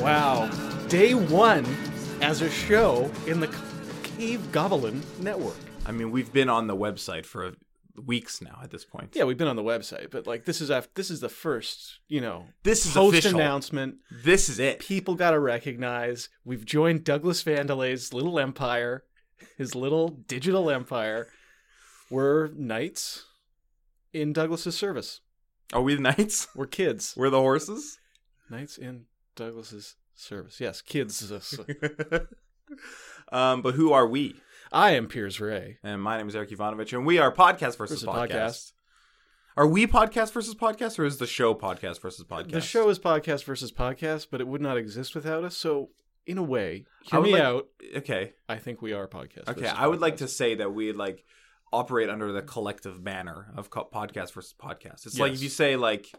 Wow. Day one as a show in the C- Cave Goblin Network. I mean, we've been on the website for weeks now at this point. Yeah, we've been on the website, but like this is after, this is the first, you know, This is post official. announcement. This is it. People got to recognize we've joined Douglas Vandelay's little empire, his little digital empire. We're knights in Douglas's service. Are we the knights? We're kids. We're the horses? Knights in Douglas's service. Yes, kids. um, but who are we? I am Piers Ray. And my name is Eric Ivanovich, and we are Podcast versus, Versus podcast. Podcast. Are we Podcast versus Podcast, or is the show Podcast versus Podcast? The show is podcast versus podcast, but it would not exist without us. So, in a way, I hear would me like- out. Okay. I think we are podcast. Okay. versus I would like podcast. to say that we like operate under the collective banner of co- Podcast versus Podcast. It's like Yes. if you say like,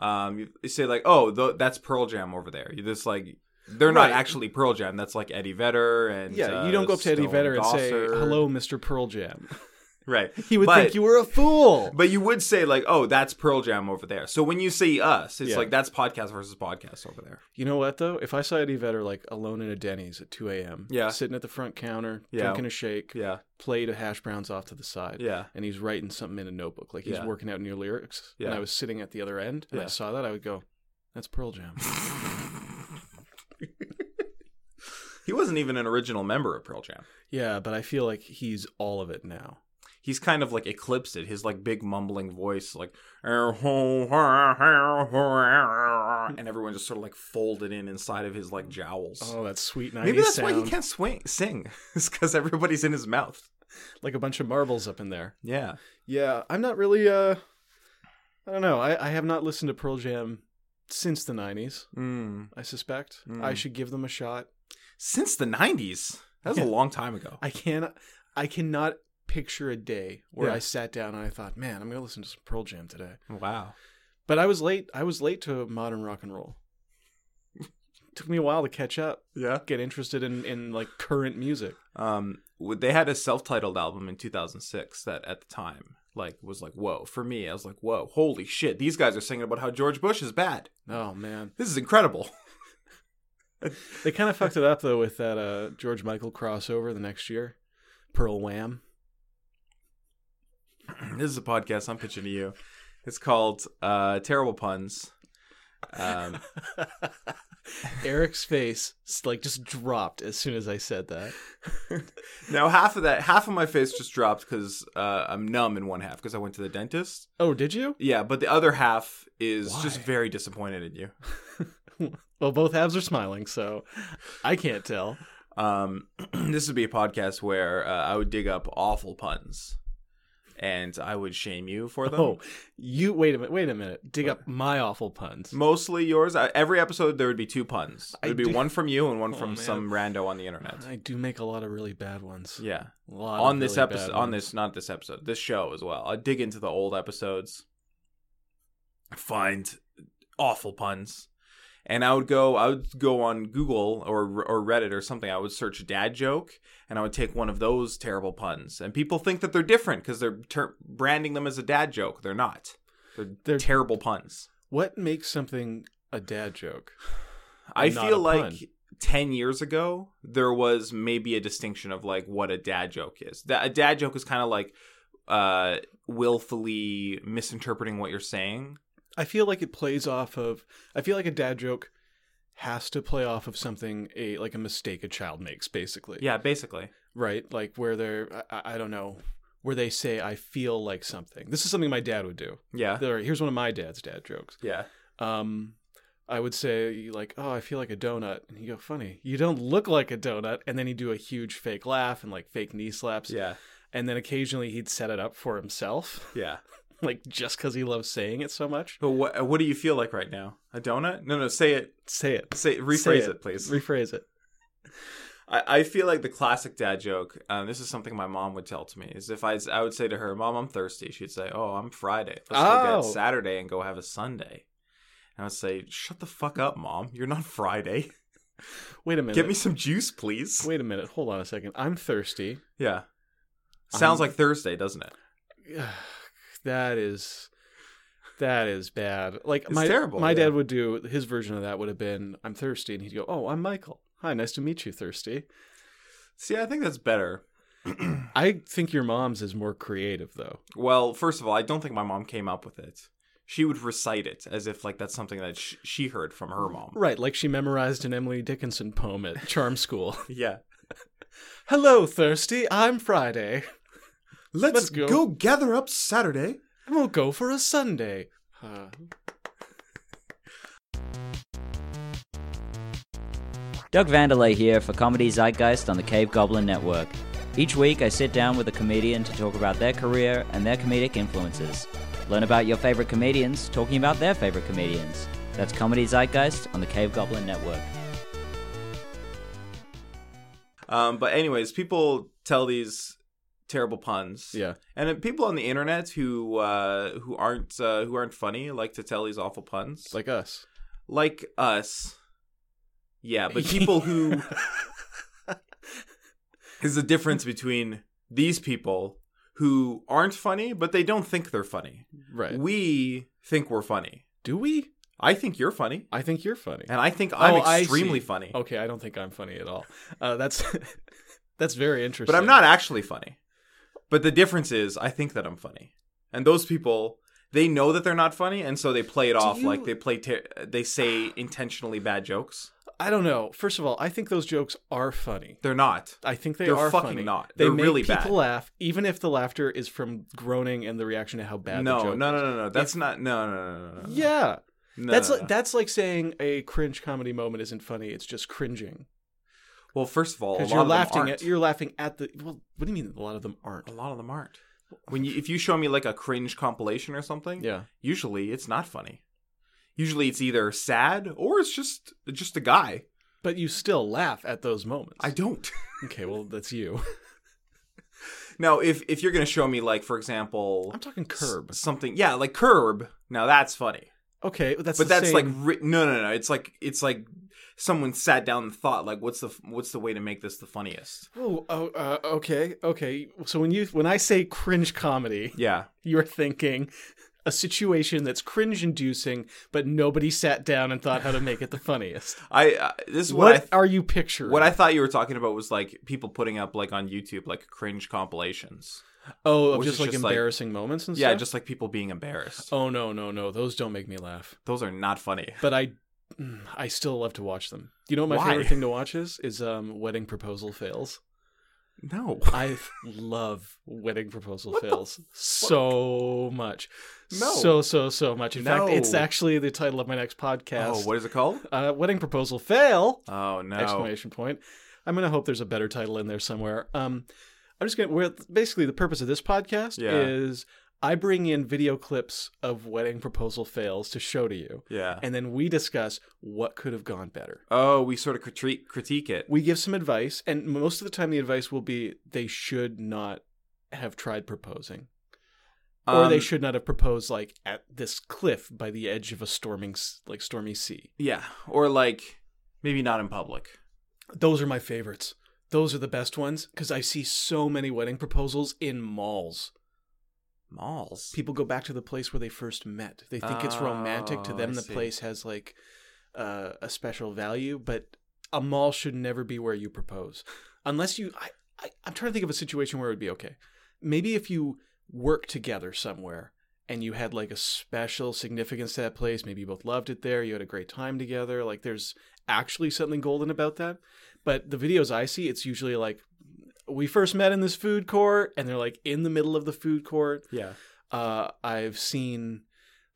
um, you- you say like, oh, th- that's Pearl Jam over there. You just like. They're not Right. actually Pearl Jam. That's like Eddie Vedder and Yeah, uh, you don't go up to Eddie Stone Vedder and say, Gossard. "Hello, Mr. Pearl Jam." Right. He would But- think you were a fool. But you would say like, "Oh, that's Pearl Jam over there." So when you see us, it's Yeah. like that's podcast versus podcast over there. you know what though? If I saw Eddie Vedder like alone in a Denny's at 2 a.m., Yeah. sitting at the front counter, Yeah. drinking a shake, Yeah, plate of hash browns off to the side, yeah, and he's writing something in a notebook, like he's Yeah. working out new lyrics, Yeah. and I was sitting at the other end, and Yeah. I saw that, I would go, "That's Pearl Jam." he wasn't even an original member of Pearl Jam. yeah, but I feel like he's all of it now. He's kind of like eclipsed it. His like big mumbling voice, like, and everyone just sort of like folded in inside of his like jowls. Oh, that sweet 90s Maybe that's sound. why he can't swing sing. it's because everybody's in his mouth. Like a bunch of marbles up in there. Yeah, Yeah, I'm not really, uh, I don't know. I, I have not listened to Pearl Jam since the 90s, Mm. I suspect. Mm. I should give them a shot. since the '90s. That was Yeah. a long time ago. I can I cannot picture a day where Yeah. I sat down and I thought, man, I'm going to listen to some Pearl Jam today. Wow. But I was late. I was late to modern rock and roll. Took me a while to catch up, Yeah. get interested in, in like current music. um w- they had a self-titled album in 2006 that at the time like was like whoa for me i was like whoa holy shit these guys are singing about how george bush is bad Oh man, this is incredible they kind of fucked it up though with that uh, George Michael crossover the next year, Pearl Wham. this is a podcast i'm pitching to you it's called uh terrible puns um Eric's face like just dropped as soon as I said that. now half of that half of my face just dropped because uh i'm numb in one half because i went to the dentist Oh, did you? yeah but the other half is Why? just very disappointed in you Well, both halves are smiling, so I can't tell. um, this would be a podcast where uh, I would dig up awful puns, and I would shame you for them. Oh, you wait a minute. Wait a minute. Dig up my awful puns. Mostly yours. I, every episode there would be two puns. It I would be do- one from you and one Oh, from man. some rando on the internet. I do make a lot of really bad ones. Yeah, A lot on of this really bad episode, on ones. this not this episode, this show as well. I dig into the old episodes, find awful puns. And I would go, I would go on Google or or Reddit or something. I would search "dad joke" and I would take one of those terrible puns. And people think that they're different because they're ter- branding them as a dad joke. They're not. They're, They're- terrible puns. What makes something a dad joke? I not feel a like pun. 10 years ago, there was maybe a distinction of like what a dad joke is. That- A dad joke is kind of like uh, willfully misinterpreting what you're saying. I feel like it plays off of. I feel like a dad joke has to play off of something a like a mistake a child makes, basically. Yeah, basically. right? Like where they're, I, I- I don't know, where they say, I feel like something. This is something my dad would do. Yeah. All right, Here's one of my dad's dad jokes. Yeah. Um, I would say, like, oh, I feel like a donut. And he'd go, funny, you don't look like a donut. And then he'd do a huge fake laugh and like fake knee slaps. Yeah. And then occasionally he'd set it up for himself, Yeah. like just because he loves saying it so much. But what what do you feel like right now? A donut? No, no, say it. Say it. Say rephrase Say it. please. Rephrase it. I, I feel like the classic dad joke, um, this is something my mom would tell to me, is if I, I would say to her, Mom, I'm thirsty, she'd say, Oh, I'm Friday. Let's go Oh. get Saturday and go have a Sunday. And I'd say, Shut the fuck up, Mom. You're not Friday. Wait a minute. Get me some juice, please. Wait a minute. Hold on a second. I'm thirsty. Yeah. Sounds I'm- like Thursday, doesn't it? that is That is bad. Like my terrible, my yeah. dad would do his version of that would have been I'm thirsty and he'd go, "Oh, I'm Michael. Hi, nice to meet you, thirsty." See, I think that's better. I think your mom's is more creative though. Well, first of all, I don't think my mom came up with it. She would recite it as if like that's something that sh- she heard from her mom. Right, like she memorized an Emily Dickinson poem at charm school. Yeah. Hello, thirsty. I'm Friday. Let's, Let's go. go gather up Saturday. And we'll go for a Sunday. Uh, Doug Vandalay here for Comedy Zeitgeist on the Cave Goblin Network. Each week, I sit down with a comedian to talk about their career and their comedic influences. Learn about your favorite comedians talking about their favorite comedians. That's Comedy Zeitgeist on the Cave Goblin Network. Um, but anyways, people tell these terrible puns. yeah. And then people on the internet who uh, who aren't uh, who aren't funny like to tell these awful puns. Like us. like us. Yeah, but people who is the difference between these people who aren't funny, but they don't think they're funny. Right. We think we're funny. Do we? I think you're funny, I think you're funny. and I think I'm Oh, I extremely see. funny, Okay, I don't think I'm funny at all. Uh, that's that's very interesting. but I'm not actually funny. But the difference is, I think that I'm funny, and those people they know that they're not funny, and so they play it off you- like they play ter- they say intentionally bad jokes. I don't know. First of all, I think those jokes are funny. They're not. I think they They're are fucking funny. not. They They're make really people bad. laugh, even if the laughter is from groaning and the reaction to how bad. the no, joke no, is. no, no, no. That's not. No, no, no, no, no, no. Yeah, No, that's no, like no. that's like saying a cringe comedy moment isn't funny. It's just cringing Well, first of all, a lot because you're of them laughing aren't. at you're laughing at the. Well, what do you mean? A lot of them aren't. A lot of them aren't. When you, if you show me like a cringe compilation or something, Yeah, usually it's not funny. Usually it's either sad or it's just just a guy. but you still laugh at those moments. I don't. okay, well that's you. now, if if you're gonna show me like, for example, I'm talking s- curb. something, yeah, like curb. Now that's funny, Okay, that's but the that's same- like ri- no, no, no. It's like it's like someone sat down and thought like, what's the f- what's the way to make this the funniest? Oh, oh uh, okay, okay. So when you when I say cringe comedy, Yeah, you're thinking a situation that's cringe-inducing, but nobody sat down and thought how to make it the funniest. I uh, this is what, what I th- are you picturing? What I thought you were talking about was like people putting up like on YouTube like cringe compilations. oh, of was just it like just like- embarrassing moments and Yeah, stuff. just like people being embarrassed. oh no, no, no. Those don't make me laugh. Those are not funny. But I, mm, I still love to watch them. You know what my Why? favorite thing to watch is is um, wedding proposal fails. No. I love wedding proposal fails so much. No. So so so much. In fact, it's No. actually the title of my next podcast. Oh, what is it called? uh, wedding proposal fail! Oh no. Exclamation point. I'm gonna hope there's a better title in there somewhere. Um, I'm just gonna. We're, basically, the purpose of this podcast Yeah. is I bring in video clips of wedding proposal fails to show to you, Yeah. and then we discuss what could have gone better. Oh, we sort of critique critique it. We give some advice, and most of the time, the advice will be they should not have tried proposing. or they Um, should not have proposed like at this cliff by the edge of a storming s- like stormy sea. Yeah. Or like maybe not in public. Those are my favorites. Those are the best ones because I see so many wedding proposals in malls. Malls. People go back to the place where they first met. They think it's romantic to Oh, them. I the see. place has like uh, a special value, but a mall should never be where you propose, unless you. I, I, I'm trying to think of a situation where it would be okay. Maybe if you work together somewhere and you had like a special significance to that place. Maybe you both loved it there. You had a great time together. Like there's actually something golden about that. But the videos I see, it's usually like. We first met in this food court, and they're like in the middle of the food court Yeah. uh, I've seen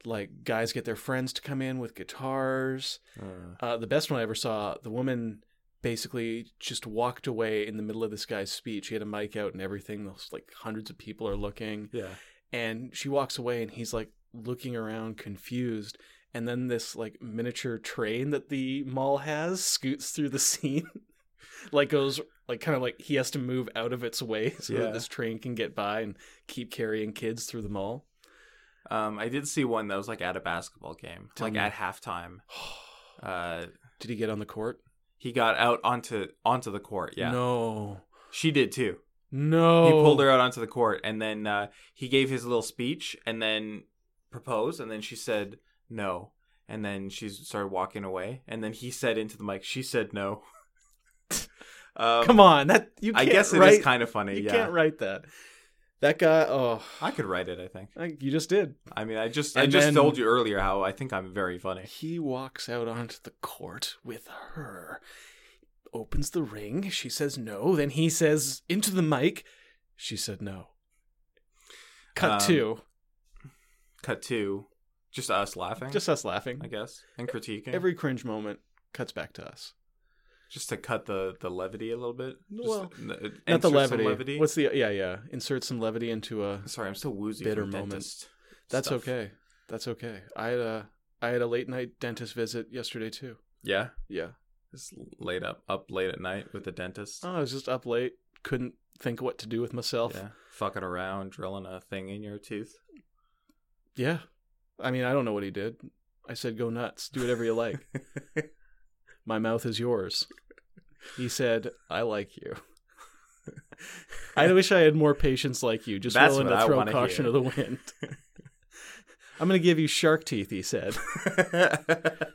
like guys get their friends to come in with guitars. Mm. Uh, the best one I ever saw, the woman basically just walked away in the middle of this guy's speech. He had a mic out and everything. Those like hundreds of people are looking, yeah. and she walks away, and he's like looking around confused. And then this like miniature train that the mall has scoots through the scene, like goes like kind of like he has to move out of its way so Yeah. that this train can get by and keep carrying kids through the mall. Um, I did see one that was like at a basketball game, Tell like me. at halftime. Oh, Uh, Did he get on the court? he got out onto onto the court. Yeah. No. Oh. She did too. No. he pulled her out onto the court and then uh, he gave his little speech and then propose? And then she said no. And then she started walking away. And then he said into the mic, she said no. um, Come on, that you. I Can't guess it write, is kind of funny. You yeah. can't write that. That guy. Oh, I could write it, I think. I, you just did. I mean, I just I And just then- told you earlier how I think I'm very funny. He walks out onto the court with her, opens the ring. She says no. Then he says into the mic, she said no. Cut Um, two. Cut to just us laughing, Just us laughing. I guess, and critiquing. Every cringe moment cuts back to us. just to cut the the levity a little bit. Just, Well, n- Not insert the some levity. What's the yeah yeah? Insert some levity into a. Sorry, I'm still woozy. Bitter Bitter from moment. dentist That's stuff. okay. That's okay. I had a I had a late night dentist visit yesterday too. Yeah, Yeah. just late up up late at night with the dentist. Oh, I was just up late. Couldn't think what to do with myself. Yeah, fucking around, drilling a thing in your tooth. Yeah. I mean, I don't know what he did. I said, go nuts. Do whatever you like. My mouth is yours. He said, I like you. I wish I had more patience like you, just That's willing what to I throw wanna caution hear. to the wind. I'm going to give you shark teeth, he said.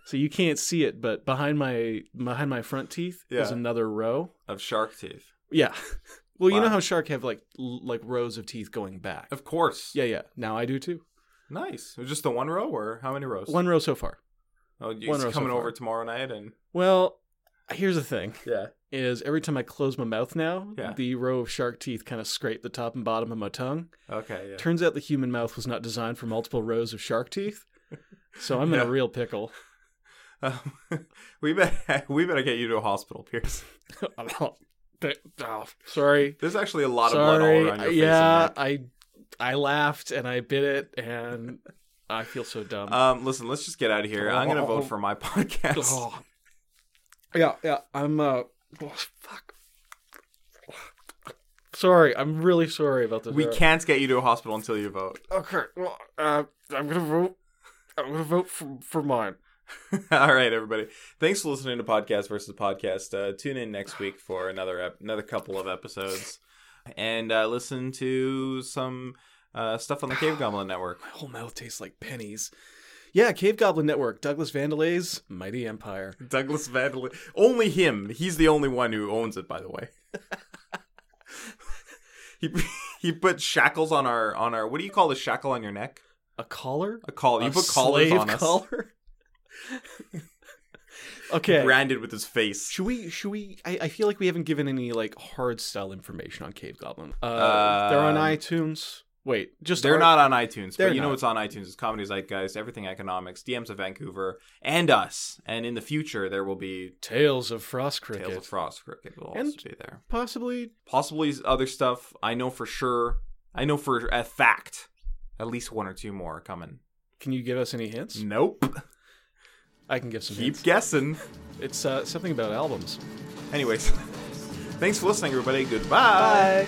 So you can't see it, but behind my behind my front teeth is Yeah. another row. of shark teeth, Yeah. Well, you know Wow. how shark have like l- like rows of teeth going back. of course. Yeah, yeah. Now I do too. nice. Just the one row, or how many rows? One row so far. Oh, he's one row so coming far. over tomorrow night, and Well, here's the thing: yeah, is every time I close my mouth now, Yeah. the row of shark teeth kind of scrape the top and bottom of my tongue. okay, yeah. Turns out the human mouth was not designed for multiple rows of shark teeth, so I'm in a Yeah. real pickle. Um, we better we better get you to a hospital, Pierce. Oh, sorry, There's actually a lot of blood all sorry. uh, around your yeah, face. and I I laughed and I bit it, and I feel so dumb. neck. Um, listen, let's just get out of here. I'm gonna vote for my podcast. Oh. Yeah, yeah. I'm uh oh, fuck. Sorry, I'm really sorry about this. We Alright. can't get you to a hospital until you vote. Okay, well, uh, I'm gonna vote. I'm gonna vote for for mine. All right, everybody. Thanks for listening to Podcast versus Podcast. Uh, tune in next week for another ep- another couple of episodes, and uh, listen to some uh, stuff on the Cave Goblin Network. My whole mouth tastes like pennies. Yeah, Cave Goblin Network, Douglas Vandelay's Mighty Empire. Douglas Vandal. Only him. He's the only one who owns it, by the way. he he put shackles on our on our. What do you call the shackle on your neck? A collar? A collar. You A put collars slave on us. collar? okay. Branded with his face. Should we? Should we? I, I feel like we haven't given any like hard style information on Cave Goblin. Uh, they're on Um, iTunes. Wait, just They're our- not on iTunes, They're but you know not. what's on iTunes is Comedy Zeitgeist, Everything Economics, DMs of Vancouver, and us. And in the future, there will be Tales of Frost Cricket. Tales of Frost Cricket will And- also be there. Possibly. Possibly other stuff. I know for sure. I know for a fact. At least one or two more are coming. Can you give us any hints? Nope. I can give some Keep hints. guessing. It's uh, something about albums. Anyways, thanks for listening, everybody. Goodbye.